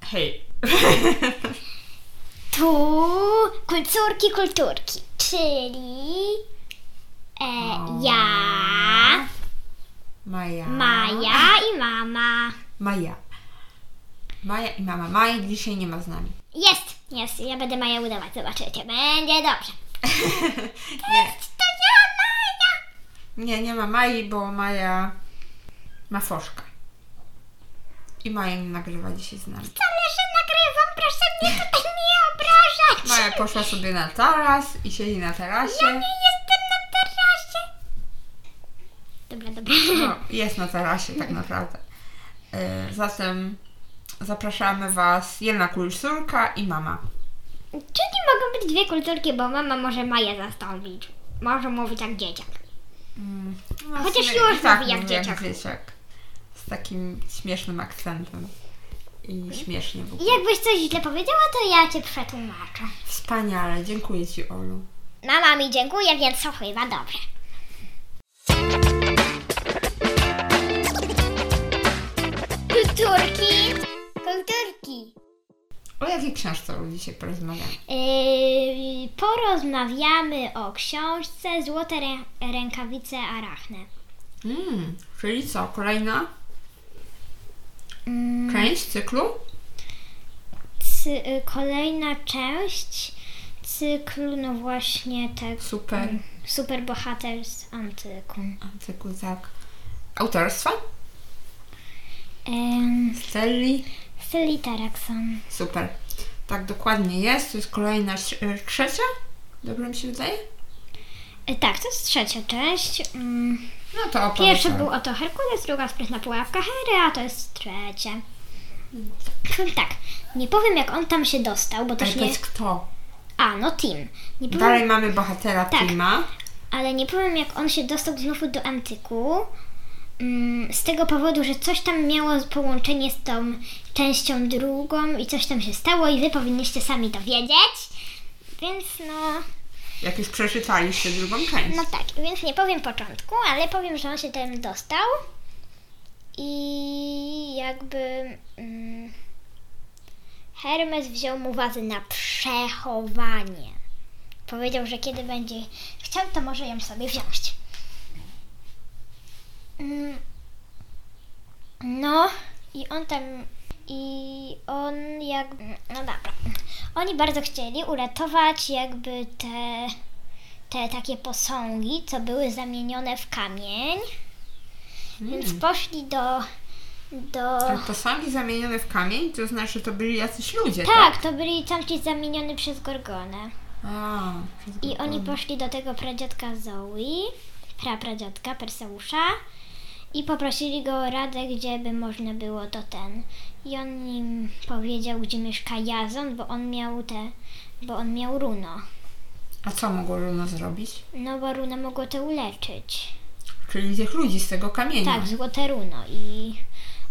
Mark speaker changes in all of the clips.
Speaker 1: Hej.
Speaker 2: Tu kulturki, kulturki, czyli e, ja,
Speaker 1: Maja.
Speaker 2: Maja i mama.
Speaker 1: Maja. Maja i mama. Maja dzisiaj nie ma z nami.
Speaker 2: Jest, jest, ja będę Maja udawać, zobaczycie, będzie dobrze.
Speaker 1: nie,
Speaker 2: To ja, Maja!
Speaker 1: nie, nie ma Maji, bo Maja ma foszkę. I Maja nie nagrywa dzisiaj z nami.
Speaker 2: Wcale, że nagrywam, proszę mnie tutaj nie obrażać.
Speaker 1: Maja poszła sobie na taras i siedzi na
Speaker 2: Ja
Speaker 1: terasie.
Speaker 2: nie jestem na tarasie. Dobra, dobra.
Speaker 1: No, jest na tarasie tak naprawdę. E, Zatem zapraszamy Was jedna kulturka i mama.
Speaker 2: Czyli mogą być dwie kulturki, bo mama może Maję zastąpić. Może mówić jak dzieciak.
Speaker 1: Mm, no,
Speaker 2: Chociaż
Speaker 1: w sumie
Speaker 2: już
Speaker 1: i tak
Speaker 2: mówi jak
Speaker 1: mówię
Speaker 2: dzieciak.
Speaker 1: dzieciak. Z takim śmiesznym akcentem.
Speaker 2: Mhm.
Speaker 1: I śmiesznie w ogóle.
Speaker 2: Jakbyś coś źle powiedziała, to ja cię przetłumaczę.
Speaker 1: Wspaniale, dziękuję Ci Olu.
Speaker 2: Mama mi dziękuję, więc to chyba dobrze. Kulturki! Kulturki!
Speaker 1: O jakiej książce Olu dzisiaj porozmawiamy?
Speaker 2: Yy, porozmawiamy o książce Złote rę- rękawice Arachne.
Speaker 1: Mm, czyli co, kolejna
Speaker 2: Mm,
Speaker 1: część cyklu?
Speaker 2: cy- y, kolejna część cyklu, no właśnie tego
Speaker 1: Super.
Speaker 2: Mm. superbohater z antyku.
Speaker 1: Cyklu, tak. Autorstwa?
Speaker 2: Em,
Speaker 1: Stelli?
Speaker 2: Sally Tarakson.
Speaker 1: Super. Tak dokładnie jest. To jest kolejna trze- trzecia? Dobrze mi się wydaje?
Speaker 2: Y, Tak, to jest trzecia część. Mm,
Speaker 1: No to opowiedz.
Speaker 2: Pierwszy
Speaker 1: Olu.
Speaker 2: był oto Herkules, druga sprytna pułapka Hery, a to jest trzecie. Tak, nie powiem jak on tam się dostał, bo
Speaker 1: Ale
Speaker 2: też
Speaker 1: to
Speaker 2: nie...
Speaker 1: jest kto?
Speaker 2: A, no Tim. Nie powiem,
Speaker 1: Dalej mamy bohatera
Speaker 2: Tak.
Speaker 1: Tima.
Speaker 2: ale nie powiem jak on się dostał znów do antyku. Mm, Z tego powodu, że coś tam miało połączenie z tą częścią drugą i coś tam się stało i wy powinniście sami to wiedzieć. Więc no...
Speaker 1: Jak już przeczytaliście drugą część.
Speaker 2: No tak, więc nie powiem początku, ale powiem, że on się tam dostał i jakby mm, Hermes wziął mu wazę na przechowanie. Powiedział, że kiedy będzie chciał, to może ją sobie wziąć. Mm, No i on tam i on jak no dobra. Oni bardzo chcieli uratować jakby te te takie posągi, co były zamienione w kamień. Więc poszli do. do.
Speaker 1: Ale posągi zamienione w kamień, to znaczy to byli jacyś ludzie, tak?
Speaker 2: Tak, to byli tamci zamieniony przez Gorgonę.
Speaker 1: A, wszystko
Speaker 2: I oni
Speaker 1: dobrze.
Speaker 2: poszli do tego pradziadka Zoe, prapradziadka Perseusza i poprosili go o radę, gdzie by można było to ten. I on im powiedział, gdzie mieszka Jazon, bo on miał te, bo on miał runo.
Speaker 1: A co mogło Luna zrobić?
Speaker 2: No bo runo mogło to uleczyć.
Speaker 1: Czyli tych ludzi z tego kamienia.
Speaker 2: Tak, złote runo i,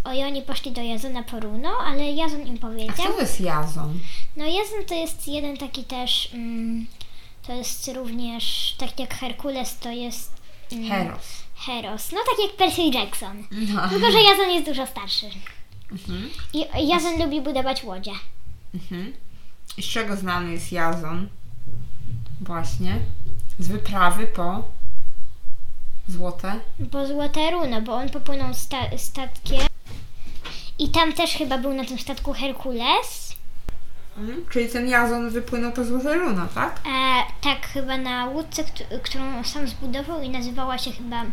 Speaker 2: o, i oni poszli do Jazona po runo, ale Jazon im
Speaker 1: A kto
Speaker 2: powiedział.
Speaker 1: to jest Jazon?
Speaker 2: No Jazon to jest jeden taki też, mm, to jest również, tak jak Herkules to jest mm,
Speaker 1: Heros.
Speaker 2: Heros, no tak jak Percy Jackson,
Speaker 1: No.
Speaker 2: tylko że Jazon jest dużo starszy
Speaker 1: Mhm.
Speaker 2: i Jazon lubi budować łodzie.
Speaker 1: Mhm. I z czego znany jest Jazon? Właśnie. Z wyprawy po złote.
Speaker 2: Bo złote runo, bo on popłynął sta- statkiem i tam też chyba był na tym statku Herkules.
Speaker 1: Mhm. Czyli ten Jazon wypłynął po złote runo, tak?
Speaker 2: E, tak, chyba na łódce, któ- którą sam zbudował i nazywała się chyba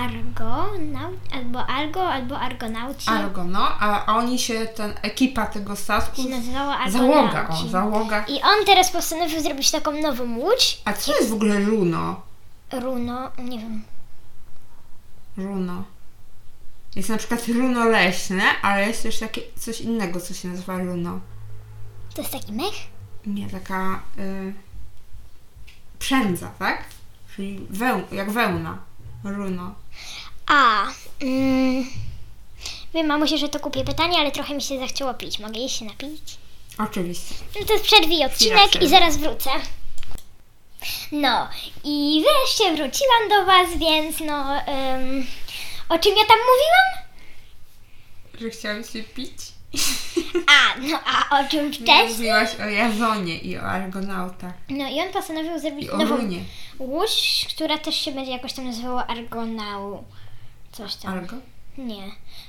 Speaker 2: Argonaut, albo Argo, albo Argonauci.
Speaker 1: Argo, no. A a oni się, ten ekipa tego statku...
Speaker 2: się nazywała
Speaker 1: Załoga,
Speaker 2: Argonauci.
Speaker 1: o, załoga.
Speaker 2: I on teraz postanowił zrobić taką nową łódź.
Speaker 1: A co jest w ogóle runo?
Speaker 2: Runo, nie wiem.
Speaker 1: Runo. Jest na przykład runo leśne, ale jest też takie coś innego, co się nazywa runo.
Speaker 2: To jest taki mech?
Speaker 1: Nie, taka y, przędza, tak? Czyli weł, jak wełna. Runo.
Speaker 2: A, mm, wiem, mamusiu, że to kupię pytanie, ale trochę mi się zachciało pić. Mogę jej się napić?
Speaker 1: Oczywiście.
Speaker 2: No to przerwij odcinek
Speaker 1: przerwy.
Speaker 2: i zaraz wrócę. No i wreszcie wróciłam do Was, więc no ym, o czym ja tam mówiłam?
Speaker 1: Że chciałam się pić?
Speaker 2: A, no a o czym wcześniej?
Speaker 1: Mówiłaś o Jazonie i o Argonautach.
Speaker 2: No i on postanowił zrobić
Speaker 1: I o
Speaker 2: nową
Speaker 1: Runie.
Speaker 2: łódź, która też się będzie jakoś tam nazywała Argonau. Coś tam.
Speaker 1: Argo?
Speaker 2: Nie.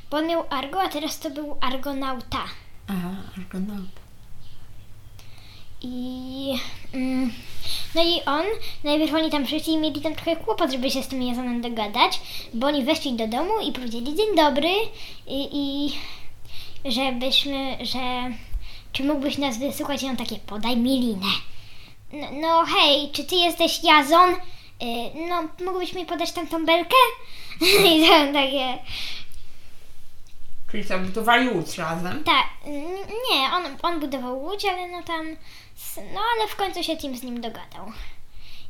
Speaker 2: Bo on miał Argo, a teraz to był Argonauta.
Speaker 1: Aha, Argonauta.
Speaker 2: I. Mm, no i on, najpierw oni tam przyszli i mieli tam trochę kłopot, żeby się z tym Jazonem dogadać, bo oni weszli do domu i powiedzieli dzień dobry i, i żebyśmy, że czy mógłbyś nas wysłuchać i on takie podaj mi linę. No, no hej, czy ty jesteś Jazon? Y, no, mógłbyś mi podać tamtą belkę? I tam takie...
Speaker 1: Czyli co, budowali łódź razem?
Speaker 2: Tak, n- nie, on, on budował łódź, ale no tam, s- no ale w końcu się Tim z nim dogadał.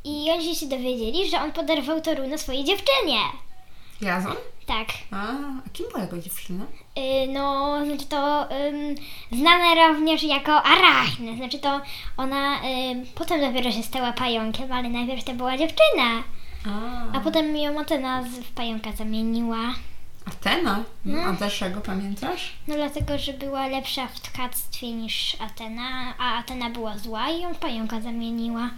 Speaker 2: I oni się dowiedzieli, że on podarwał to runo swojej dziewczynie.
Speaker 1: Jazon?
Speaker 2: Tak,
Speaker 1: A, a kim była jego dziewczyna?
Speaker 2: y, no znaczy to ym, znane również jako Arachne, znaczy to ona ym, potem dopiero się stała pająkiem, ale najpierw to była dziewczyna,
Speaker 1: A,
Speaker 2: a potem ją Atena z- w pająka zamieniła.
Speaker 1: Atena? No, a dlaczego, pamiętasz?
Speaker 2: No dlatego, że była lepsza w tkactwie niż Atena, a Atena była zła i ją w pająka zamieniła.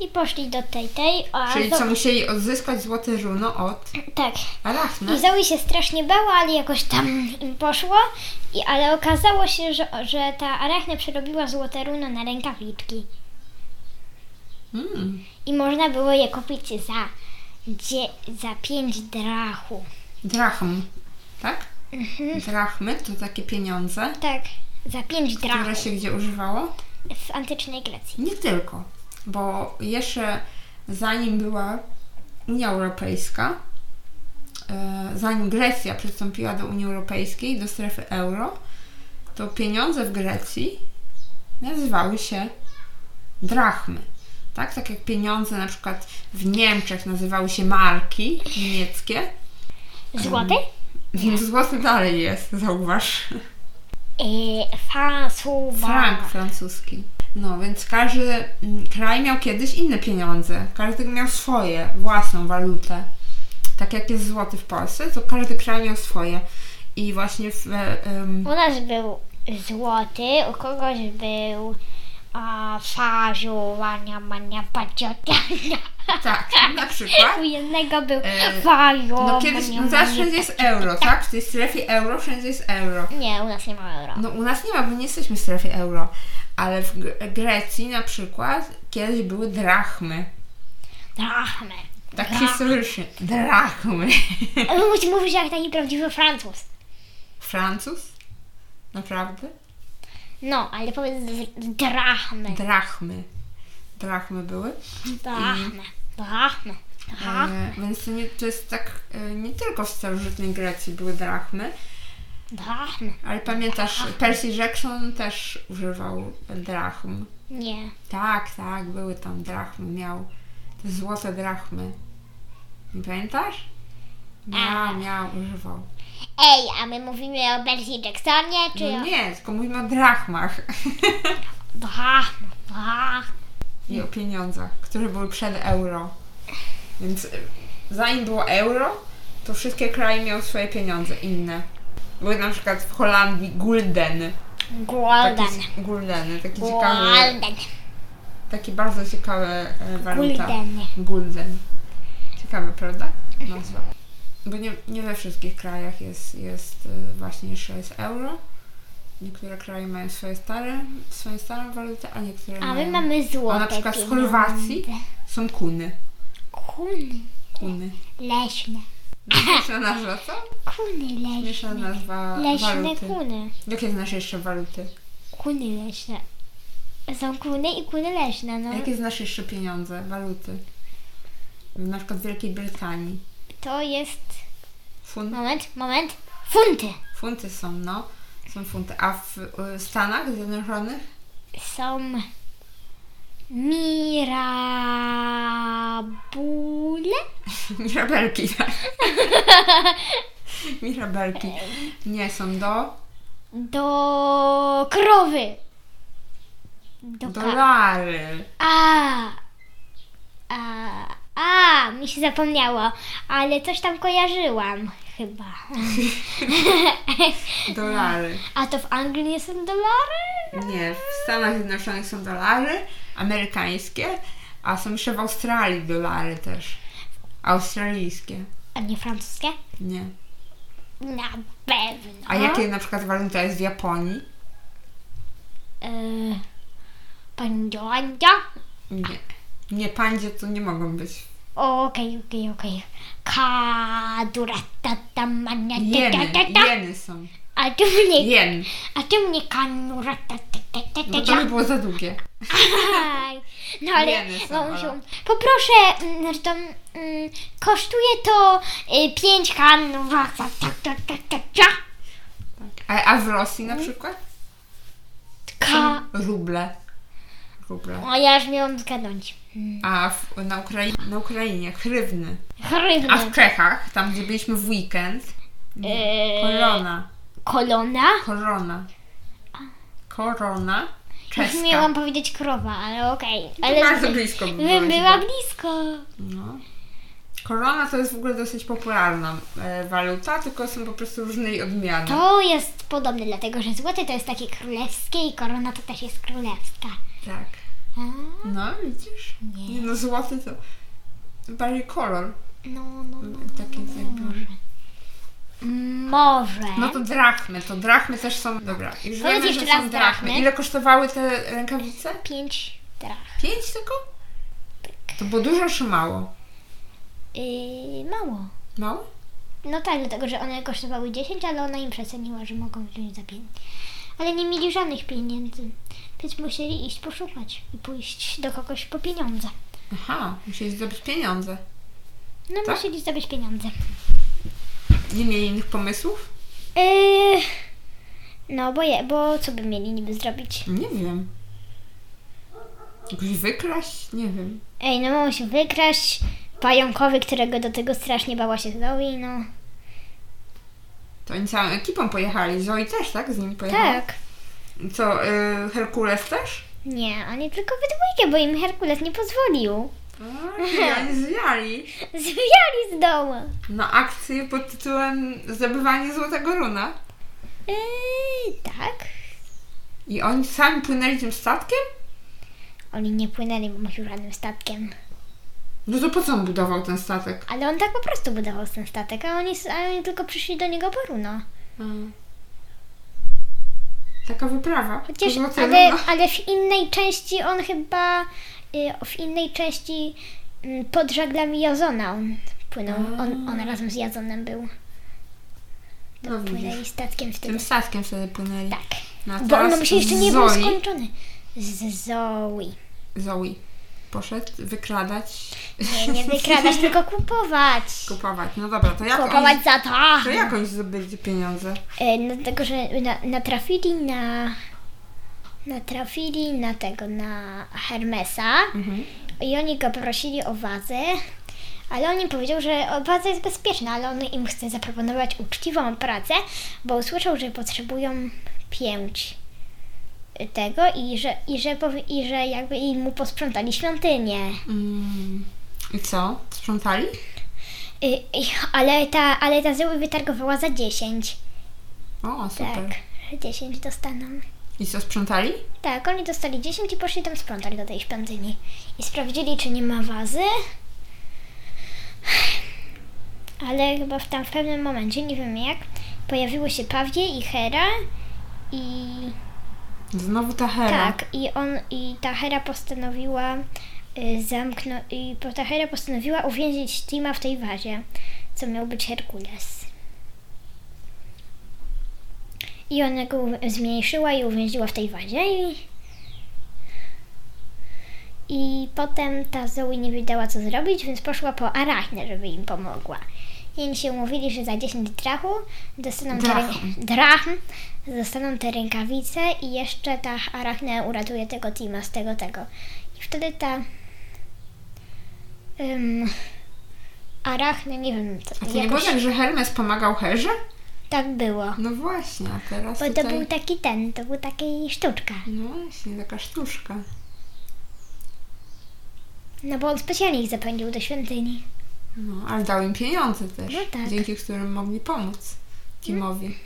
Speaker 2: I poszli do tej tej, a
Speaker 1: Czyli
Speaker 2: Zo-
Speaker 1: co, musieli odzyskać złote żuno od
Speaker 2: tak.
Speaker 1: Arachne?
Speaker 2: I Zoe się strasznie bała, ale jakoś tam im poszło. I, ale okazało się, że, że ta arachne przerobiła złote runo na rękawiczki.
Speaker 1: Mm,
Speaker 2: I można było je kupić za, dzie, za 5 drachu.
Speaker 1: drachm, tak?
Speaker 2: Mhm.
Speaker 1: Drachmy to takie pieniądze,
Speaker 2: Tak, za 5
Speaker 1: które
Speaker 2: drachu
Speaker 1: się gdzie używało?
Speaker 2: w antycznej Grecji.
Speaker 1: Nie tylko, bo jeszcze zanim była Unia Europejska, e, zanim Grecja przystąpiła do Unii Europejskiej, do strefy euro, to pieniądze w Grecji nazywały się drachmy. Tak, tak jak pieniądze na przykład w Niemczech nazywały się marki niemieckie.
Speaker 2: Złoty?
Speaker 1: Złoty dalej jest, zauważ.
Speaker 2: Yy, Fasuwa.
Speaker 1: Frank francuski. No, więc każdy mm, kraj miał kiedyś inne pieniądze. Każdy miał swoje, własną walutę. Tak jak jest złoty w Polsce, to każdy kraj miał swoje. I właśnie w, e, em,
Speaker 2: U nas był złoty, u kogoś był a, faziu, wania, mania, paciotiania.
Speaker 1: tak, na przykład.
Speaker 2: U jednego był
Speaker 1: E,
Speaker 2: faziu,
Speaker 1: No kiedyś,
Speaker 2: mania,
Speaker 1: no teraz
Speaker 2: mania,
Speaker 1: wszędzie jest euro, tak? W tej strefie euro wszędzie jest euro.
Speaker 2: pa- Nie, u nas nie ma euro.
Speaker 1: No u nas nie ma, bo nie jesteśmy w strefie euro. Ale w Gre- Grecji na przykład kiedyś były drachmy.
Speaker 2: Drachmy.
Speaker 1: Tak
Speaker 2: Drach-
Speaker 1: historycznie. Drachmy.
Speaker 2: Ale Musi mówić jak taki prawdziwy Francuz.
Speaker 1: Francuz? Naprawdę?
Speaker 2: No, ale powiedz z- drachmy.
Speaker 1: Drachmy. Drachmy były.
Speaker 2: Drachmy. Drachmy. Drachmy.
Speaker 1: E, więc to, nie, to jest tak, e, nie tylko w starożytnej Grecji były drachmy,
Speaker 2: Drachmy.
Speaker 1: ale pamiętasz, Percy Jackson też używał drachm.
Speaker 2: Nie.
Speaker 1: Tak, tak, były tam drachmy, miał te złote drachmy. Nie pamiętasz? Miał,
Speaker 2: A.
Speaker 1: miał, używał.
Speaker 2: Ej, a my mówimy o Percy Jacksonie, czy
Speaker 1: No
Speaker 2: o...
Speaker 1: nie, tylko mówimy o drachmach
Speaker 2: Drachmy. Drachmy.
Speaker 1: i o pieniądzach, które były przed euro. Więc e, zanim było euro, to wszystkie kraje miały swoje pieniądze inne. Były na przykład w Holandii guldeny. Taki,
Speaker 2: Golden.
Speaker 1: z- guldeny, taki ciekawy,
Speaker 2: Golden.
Speaker 1: taki bardzo ciekawy e, waluta.
Speaker 2: Golden.
Speaker 1: Gulden. Ciekawe, prawda?
Speaker 2: Mhm.
Speaker 1: Nazwa. Bo nie, nie we wszystkich krajach jest, jest e, właśnie jeszcze jest euro. Niektóre kraje mają swoje stare, swoją starą walutę, a niektóre
Speaker 2: A my
Speaker 1: mają...
Speaker 2: mamy złote
Speaker 1: No. A na przykład w
Speaker 2: pieniądze.
Speaker 1: Chorwacji są kuny.
Speaker 2: Kuny
Speaker 1: Kuny.
Speaker 2: leśne.
Speaker 1: Śmieszna nazwa, co?
Speaker 2: Kuny
Speaker 1: Śmieszna
Speaker 2: leśne.
Speaker 1: nazwa
Speaker 2: Leśne
Speaker 1: waluty.
Speaker 2: kuny.
Speaker 1: Jakie znasz jeszcze waluty?
Speaker 2: Kuny leśne. Są kuny i kuny leśne, no.
Speaker 1: A jakie znasz jeszcze pieniądze, waluty? Na przykład w Wielkiej Brytanii.
Speaker 2: To jest...
Speaker 1: Fun,
Speaker 2: Moment, moment. Funty.
Speaker 1: funty są, no. Są funty. A w y, Stanach Zjednoczonych?
Speaker 2: Są... Mirabule?
Speaker 1: Mirabelki, tak. Mirabelki. Nie, są do
Speaker 2: Do krowy. Do, ka-
Speaker 1: dolary.
Speaker 2: A, a, a, mi się zapomniało, ale coś tam kojarzyłam chyba.
Speaker 1: Dolary.
Speaker 2: A to w Anglii są dolary?
Speaker 1: Nie, w Stanach Zjednoczonych są dolary amerykańskie, a są jeszcze w Australii dolary też. Australijskie.
Speaker 2: A nie francuskie?
Speaker 1: Nie.
Speaker 2: Na pewno.
Speaker 1: A jakie na przykład waluta jest w Japonii?
Speaker 2: Yy, Pandioandzia?
Speaker 1: Nie. Nie, pandzie to nie mogą być.
Speaker 2: Okej, okej, okej. Kadura tatamania
Speaker 1: Jeny. Jeny są.
Speaker 2: A tu mnie,
Speaker 1: Jen.
Speaker 2: a tu mnie kanura
Speaker 1: Bo No to by było za długie.
Speaker 2: Aj, No ale
Speaker 1: Jeny są,
Speaker 2: mamusiu,
Speaker 1: ale-
Speaker 2: poproszę, mm, zresztą mm, kosztuje to y, 5 kanura
Speaker 1: A, a w Rosji na przykład? Mm.
Speaker 2: Ka...
Speaker 1: Ruble. Ruble.
Speaker 2: O, ja już miałam zgadnąć.
Speaker 1: A w, na, Ukrai- na Ukrainie hrywny. A
Speaker 2: Chrywny.
Speaker 1: w Czechach, tam gdzie byliśmy w weekend, korona.
Speaker 2: Y, Kolona?
Speaker 1: Korona. Korona.
Speaker 2: Już
Speaker 1: Czeska.
Speaker 2: miałam powiedzieć krowa, ale okej.
Speaker 1: Ale
Speaker 2: Ale
Speaker 1: bardzo blisko by
Speaker 2: bym była
Speaker 1: była.
Speaker 2: blisko.
Speaker 1: No. Korona to jest w ogóle dosyć popularna e, waluta, tylko są po prostu różne jej odmiany.
Speaker 2: To jest podobne, dlatego że złote to jest takie królewskie i korona to też jest królewska.
Speaker 1: Tak.
Speaker 2: A,
Speaker 1: No, widzisz?
Speaker 2: Nie.
Speaker 1: Nie no, złoty to bardziej kolor.
Speaker 2: No, no, no.
Speaker 1: Takie jakby...
Speaker 2: Może.
Speaker 1: No to drachmy, to drachmy też są... Dobra, już wiemy,
Speaker 2: jeszcze
Speaker 1: że
Speaker 2: raz drachmy.
Speaker 1: są drachmy. Ile kosztowały te rękawice?
Speaker 2: Pięć drach.
Speaker 1: Pięć tylko? To było dużo czy mało?
Speaker 2: Yy, mało.
Speaker 1: Mało?
Speaker 2: No tak, dlatego że one kosztowały 10, ale ona im przeceniła, że mogą wziąć za 5. Ale nie mieli żadnych pieniędzy, więc musieli iść poszukać i pójść do kogoś po pieniądze.
Speaker 1: Aha, musieli zdobyć pieniądze.
Speaker 2: No
Speaker 1: Tak?
Speaker 2: musieli zdobyć pieniądze.
Speaker 1: Nie mieli innych pomysłów?
Speaker 2: Yy, no bo, je, bo co by mieli niby zrobić?
Speaker 1: Nie wiem. Jakoś wykraść? Nie wiem.
Speaker 2: Ej, no mamusiu, wykraść pająkowy, którego do tego strasznie bała się Zoe, no.
Speaker 1: To oni całą ekipą pojechali. Zoe też, tak? Z nimi pojechała?
Speaker 2: Tak.
Speaker 1: Co, y, Herkules też?
Speaker 2: Nie, oni tylko we dwójkę, bo im Herkules nie pozwolił.
Speaker 1: A, czyli oni zjali
Speaker 2: Zwijali z domu.
Speaker 1: na akcję pod tytułem Zdobywanie Złotego Runa.
Speaker 2: Eee, tak.
Speaker 1: I oni sami płynęli tym statkiem?
Speaker 2: Oni nie płynęli mamusiu żadnym statkiem.
Speaker 1: No to po co on budował ten statek?
Speaker 2: Ale on tak po prostu budował ten statek, a oni, s- a oni tylko przyszli do niego po runo. Mm.
Speaker 1: Taka wyprawa.
Speaker 2: Chociaż,
Speaker 1: Złote
Speaker 2: ale,
Speaker 1: Runo.
Speaker 2: ale w innej części on chyba, y, w innej części mm, pod żaglami Jazona on płynął. On, on razem z Jazonem był.
Speaker 1: No widzisz.
Speaker 2: Tak, Płynęli statkiem wtedy.
Speaker 1: Tym statkiem wtedy płynęli.
Speaker 2: Tak.
Speaker 1: No, a
Speaker 2: Bo
Speaker 1: teraz
Speaker 2: on się jeszcze nie był
Speaker 1: Zoe-
Speaker 2: skończony. Z Zoe.
Speaker 1: Zoe poszedł wykradać.
Speaker 2: Nie, nie wykradać, tylko kupować.
Speaker 1: Kupować. No dobra, to jak oni,
Speaker 2: Kupować za
Speaker 1: to
Speaker 2: to.
Speaker 1: jak oni zdobyli pieniądze?
Speaker 2: E, no, dlatego, że na, natrafili na... Natrafili na tego, na Hermesa i oni go prosili o wazę, ale on im powiedział, że o, waza jest bezpieczna, ale on im chce zaproponować uczciwą pracę, bo usłyszał, że potrzebują pięć tego i że, i że, powi- i że jakby im mu posprzątali świątynię.
Speaker 1: Mm. I co? Sprzątali?
Speaker 2: Y, i- ale ta, ale ta Zoe wytargowała za 10.
Speaker 1: O, super.
Speaker 2: Tak, że 10 dostaną.
Speaker 1: I co, sprzątali?
Speaker 2: Tak, oni dostali 10 i poszli tam sprzątać do tej świątyni. I sprawdzili, czy nie ma wazy. Ale chyba w, tam w pewnym momencie, nie wiem jak, pojawiły się Pawie i Hera i...
Speaker 1: Znowu ta Hera.
Speaker 2: Tak, i on, i ta Hera postanowiła y, zamknąć, i po- ta Hera postanowiła uwięzić Tima w tej wazie, co miał być Herkules. I ona go uw- zmniejszyła i uwięziła w tej wazie i... I potem ta Zoe nie wiedziała co zrobić, więc poszła po Arachnę, żeby im pomogła. I oni się umówili, że za 10 drachu dostaną te, rę-
Speaker 1: Drachm.
Speaker 2: drachm, dostaną te rękawice i jeszcze ta Arachne uratuje tego Tima z tego tego. I wtedy ta um, Arachne, nie wiem,
Speaker 1: A
Speaker 2: co,
Speaker 1: to nie było
Speaker 2: jakoś,
Speaker 1: tak, że Hermes pomagał Herze?
Speaker 2: tak było.
Speaker 1: No właśnie, a teraz
Speaker 2: Bo to
Speaker 1: tutaj...
Speaker 2: był taki ten, to był taki sztuczka.
Speaker 1: No właśnie, taka sztuczka.
Speaker 2: No bo on specjalnie ich zapędził do świątyni.
Speaker 1: No, ale dał im pieniądze też,
Speaker 2: No tak.
Speaker 1: dzięki którym mogli pomóc Timowi.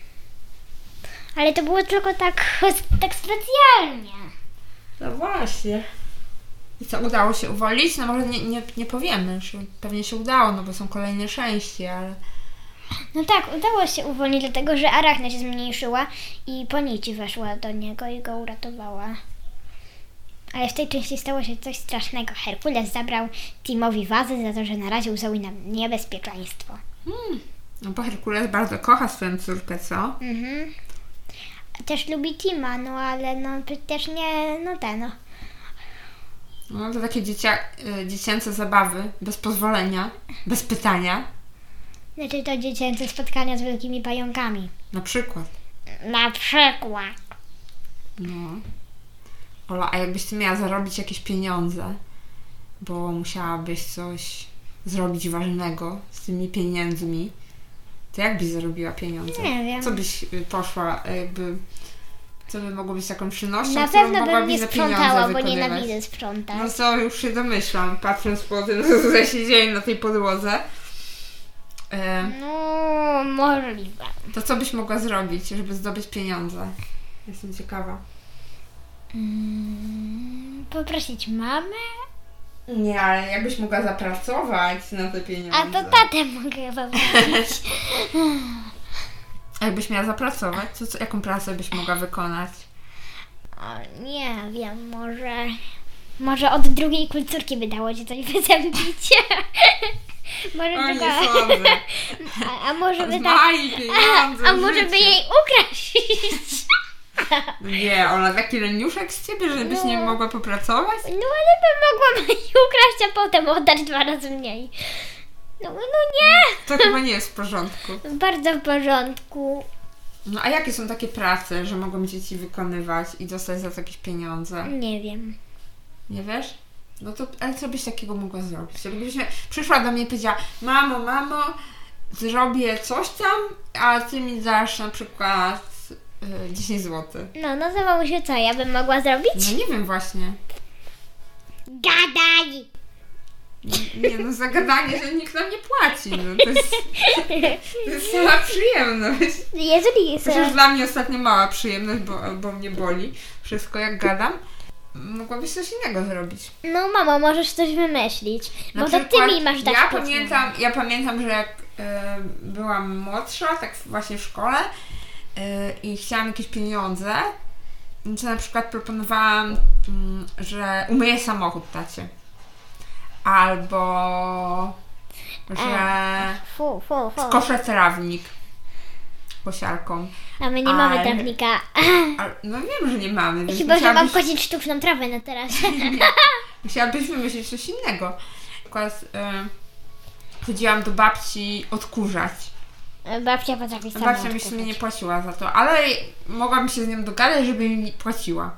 Speaker 2: Ale to było tylko tak, tak specjalnie.
Speaker 1: No właśnie. I co, udało się uwolnić? No może nie, nie, nie powiemy, czy pewnie się udało, no bo są kolejne części, ale...
Speaker 2: No tak, udało się uwolnić, dlatego że arachna się zmniejszyła i po nici weszła do niego i go uratowała. Ale w tej części stało się coś strasznego. Herkules zabrał Timowi wazę za to, że naraził Zoe na niebezpieczeństwo.
Speaker 1: No bo Herkules bardzo kocha swoją córkę, co?
Speaker 2: Mhm. Też lubi Tima, no ale no przecież nie, no te no.
Speaker 1: No to takie dziecia, y, dziecięce zabawy, bez pozwolenia, bez pytania,
Speaker 2: Znaczy to dziecięce spotkania z wielkimi pająkami.
Speaker 1: na przykład.
Speaker 2: Na przykład.
Speaker 1: No. Ola, a jakbyś ty miała zarobić jakieś pieniądze, bo musiałabyś coś zrobić ważnego z tymi pieniędzmi, to jak byś zarobiła pieniądze?
Speaker 2: Nie wiem.
Speaker 1: Co byś y, poszła, y, jakby... Co by mogło być taką przynością,
Speaker 2: Na
Speaker 1: którą
Speaker 2: pewno bym
Speaker 1: mogłabyś
Speaker 2: nie
Speaker 1: za pieniądze
Speaker 2: sprzątała, bo
Speaker 1: wykonywać?
Speaker 2: nienawidzę sprzątać.
Speaker 1: No co, już się domyślam, patrząc po tym, co tutaj się dzieje na tej podłodze. E,
Speaker 2: No, możliwe.
Speaker 1: To co byś mogła zrobić, żeby zdobyć pieniądze? Jestem ciekawa.
Speaker 2: Mm, Poprosić mamę?
Speaker 1: Nie, ale jakbyś mogła zapracować na te pieniądze.
Speaker 2: A to tak tatę mogę poprosić.
Speaker 1: A Jakbyś miała zapracować, to co, jaką pracę byś mogła wykonać?
Speaker 2: O, nie wiem, może... Może od drugiej kulturki by dało ci coś wyzębić. może
Speaker 1: O, nie
Speaker 2: druga...
Speaker 1: sądzę.
Speaker 2: A, a może by tak...
Speaker 1: Zmaj
Speaker 2: A,
Speaker 1: pieniądze,
Speaker 2: a może by
Speaker 1: życie.
Speaker 2: jej ukraść?
Speaker 1: Nie, Ola, taki leniuszek z ciebie, żebyś nie
Speaker 2: No.
Speaker 1: mogła popracować?
Speaker 2: No ale by mogłam jej ukraść, a potem oddać dwa razy mniej. No, no nie!
Speaker 1: To chyba nie jest w porządku.
Speaker 2: Bardzo w porządku.
Speaker 1: No a jakie są takie prace, że mogą dzieci wykonywać i dostać za to jakieś pieniądze?
Speaker 2: Nie wiem.
Speaker 1: Nie wiesz? No to, ale co byś takiego mogła zrobić? Jakbyś mnie- przyszła do mnie i powiedziała, mamo, mamo, zrobię coś tam, a ty mi dasz na przykład y, 10 zł.
Speaker 2: No, nazywało się co ja bym mogła zrobić?
Speaker 1: No nie wiem właśnie.
Speaker 2: Gadaj!
Speaker 1: Nie no, zagadanie, że nikt nam nie płaci. No, to jest, to jest mała przyjemność.
Speaker 2: Jeżeli jest...
Speaker 1: Chociaż dla mnie ostatnio mała przyjemność, bo, bo mnie boli wszystko jak gadam. Mogłabyś coś innego zrobić.
Speaker 2: No mamo, możesz coś wymyślić.
Speaker 1: Na
Speaker 2: bo to ty
Speaker 1: przykład
Speaker 2: mi masz dać
Speaker 1: ja
Speaker 2: podpowiedź.
Speaker 1: pamiętam, ja pamiętam, że jak e, byłam młodsza, tak właśnie w szkole e, i chciałam jakieś pieniądze, to na przykład proponowałam, mm, że umyję samochód tacie. Albo że
Speaker 2: Fu, fu, fu.
Speaker 1: skoszę trawnik kosiarką.
Speaker 2: A my nie mamy
Speaker 1: Ale-
Speaker 2: trawnika.
Speaker 1: A, no wiem, że nie mamy, więc
Speaker 2: Chyba, że mam
Speaker 1: musiałabyś,
Speaker 2: kosić sztuczną trawę na teraz.
Speaker 1: musiałabyś wymyślić coś innego. Na przykład e, chodziłam do babci odkurzać.
Speaker 2: E, Babcia potrafi sama
Speaker 1: Babcia mi w sumie nie płaciła za to, ale mogłam się z nią dogadać, żeby mi płaciła.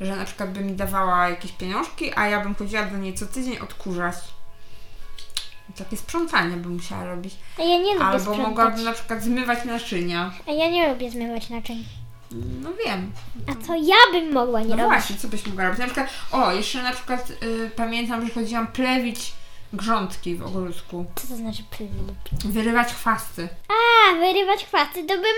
Speaker 1: Że na przykład by mi dawała jakieś pieniążki, a ja bym chodziła do niej co tydzień odkurzać. Takie sprzątanie bym musiała robić.
Speaker 2: A ja nie lubię
Speaker 1: Albo
Speaker 2: sprzątać.
Speaker 1: mogłabym na przykład zmywać naczynia.
Speaker 2: A ja nie lubię zmywać naczyń.
Speaker 1: No wiem.
Speaker 2: A co ja bym mogła nie
Speaker 1: No
Speaker 2: robić?
Speaker 1: właśnie, co byś mogła robić? Na przykład, o, jeszcze na przykład y, pamiętam, że chodziłam plewić grządki w ogródku.
Speaker 2: Co to znaczy pylip?
Speaker 1: Wyrywać chwasty.
Speaker 2: A, wyrywać chwasty to bym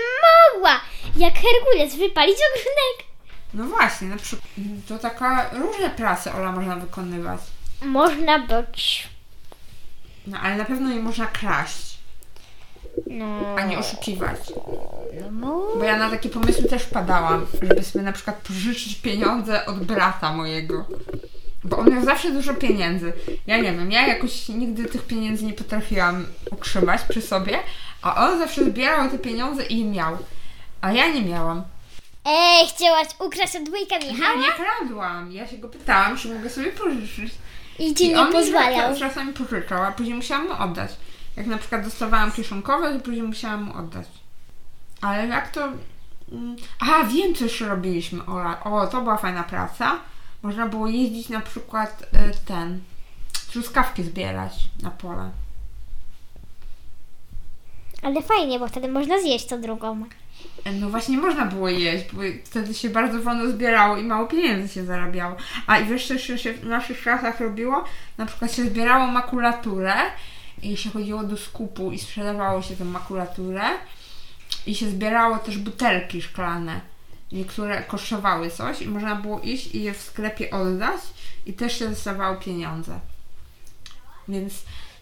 Speaker 2: mogła! Jak Herkules wypalić ogródek.
Speaker 1: No właśnie, na przykład to taka różne prace Ola można wykonywać.
Speaker 2: Można być.
Speaker 1: No ale na pewno nie można kraść,
Speaker 2: No.
Speaker 1: ani oszukiwać.
Speaker 2: no.
Speaker 1: Bo ja na takie pomysły też padałam, żeby sobie na przykład pożyczyć pieniądze od brata mojego. Bo on miał zawsze dużo pieniędzy. Ja nie wiem, ja jakoś nigdy tych pieniędzy nie potrafiłam utrzymać przy sobie, a on zawsze zbierał te pieniądze i je miał. A ja nie miałam.
Speaker 2: Ej, chciałaś ukraść od dwójka
Speaker 1: Ja
Speaker 2: Michała?
Speaker 1: nie kradłam. Ja się go pytałam, czy mogę sobie pożyczyć.
Speaker 2: I ci nie
Speaker 1: on mi
Speaker 2: pozwalał.
Speaker 1: czasami- czasami pożyczał, a później musiałam mu oddać. Jak na przykład dostawałam kieszonkowe, to później musiałam mu oddać. Ale jak to... mm, A, wiem, co jeszcze robiliśmy, Ola. O, to była fajna praca. Można było jeździć na przykład e, ten... Truskawki zbierać na pole.
Speaker 2: Ale fajnie, bo wtedy można zjeść to drugą.
Speaker 1: E, No właśnie można było jeść, bo wtedy się bardzo wolno zbierało i mało pieniędzy się zarabiało. A i wiesz, co jeszcze się w naszych czasach robiło? Na przykład się zbierało makulaturę i się chodziło do skupu i sprzedawało się tę makulaturę i się zbierało też butelki szklane. Niektóre kosztowały coś i można było iść i je w sklepie oddać i też się dostawało pieniądze. Więc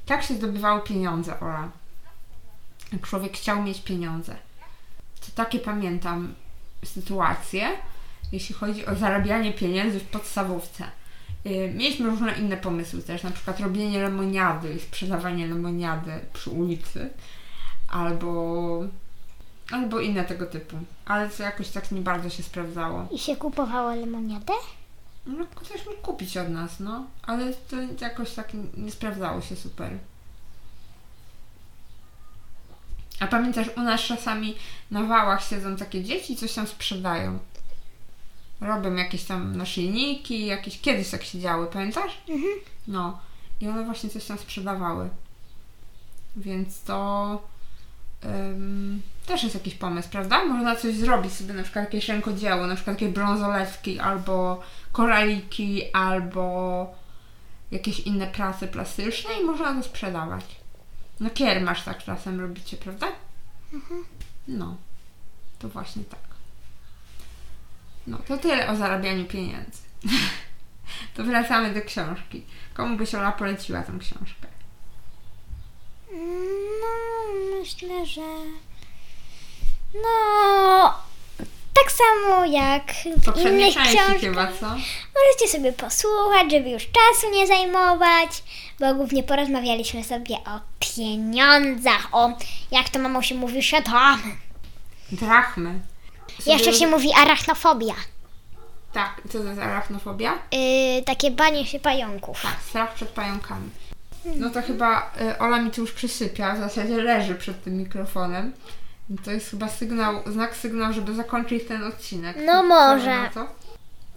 Speaker 1: tak się zdobywało pieniądze, Ola. Jak człowiek chciał mieć pieniądze. To takie pamiętam sytuacje, jeśli chodzi o zarabianie pieniędzy w podstawówce. Y, Mieliśmy różne inne pomysły też, na przykład robienie lemoniady i sprzedawanie lemoniady przy ulicy, albo, albo inne tego typu. Ale to jakoś tak nie bardzo się sprawdzało.
Speaker 2: I się kupowała lemoniadę?
Speaker 1: No, ktoś mógł kupić od nas, no, ale to jakoś tak nie sprawdzało się super. A pamiętasz, u nas czasami na wałach siedzą takie dzieci i coś tam sprzedają. Robią jakieś tam naszyjniki, jakieś kiedyś tak się działy, pamiętasz?
Speaker 2: Mhm.
Speaker 1: No. I one właśnie coś tam sprzedawały. Więc to ym, też jest jakiś pomysł, prawda? Można coś zrobić sobie, na przykład jakieś rękodzieło, na przykład jakieś brązoletki, albo koraliki, albo jakieś inne prace plastyczne i można to sprzedawać. No kiermasz tak czasem robicie, prawda?
Speaker 2: Mhm.
Speaker 1: No, to właśnie tak. No, to tyle o zarabianiu pieniędzy. to wracamy do książki. Komu byś Ola poleciła tę książkę?
Speaker 2: No, myślę, że. No. Tak samo jak
Speaker 1: To
Speaker 2: w innych
Speaker 1: części
Speaker 2: książkach.
Speaker 1: chyba, co?
Speaker 2: Możecie sobie posłuchać, żeby już czasu nie zajmować, bo głównie porozmawialiśmy sobie o pieniądzach, o jak to mamo się mówi, szatan.
Speaker 1: Drachmy.
Speaker 2: Jeszcze się mówi arachnofobia.
Speaker 1: Tak, co to jest arachnofobia?
Speaker 2: Yy, takie banie się pająków.
Speaker 1: Tak, strach przed pająkami. No
Speaker 2: Mhm.
Speaker 1: to chyba y, Ola mi tu już przysypia, w zasadzie leży przed tym mikrofonem. No To jest chyba sygnał, znak sygnał, żeby zakończyć ten odcinek.
Speaker 2: No
Speaker 1: Co
Speaker 2: może.
Speaker 1: na to?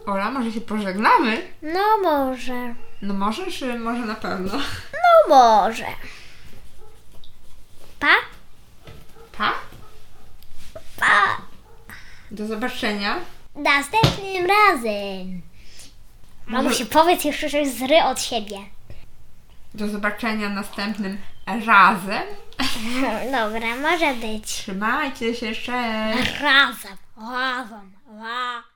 Speaker 1: Ola, może się pożegnamy?
Speaker 2: No może.
Speaker 1: No może, czy może na pewno?
Speaker 2: No może. Pa?
Speaker 1: Pa?
Speaker 2: Pa.
Speaker 1: Do zobaczenia.
Speaker 2: Następnym razem. Mamusiu, powiedz jeszcze coś z ry od siebie.
Speaker 1: Do zobaczenia następnym razem.
Speaker 2: Dobra, może być.
Speaker 1: Trzymajcie się, cześć!
Speaker 2: Razem, razem, razem.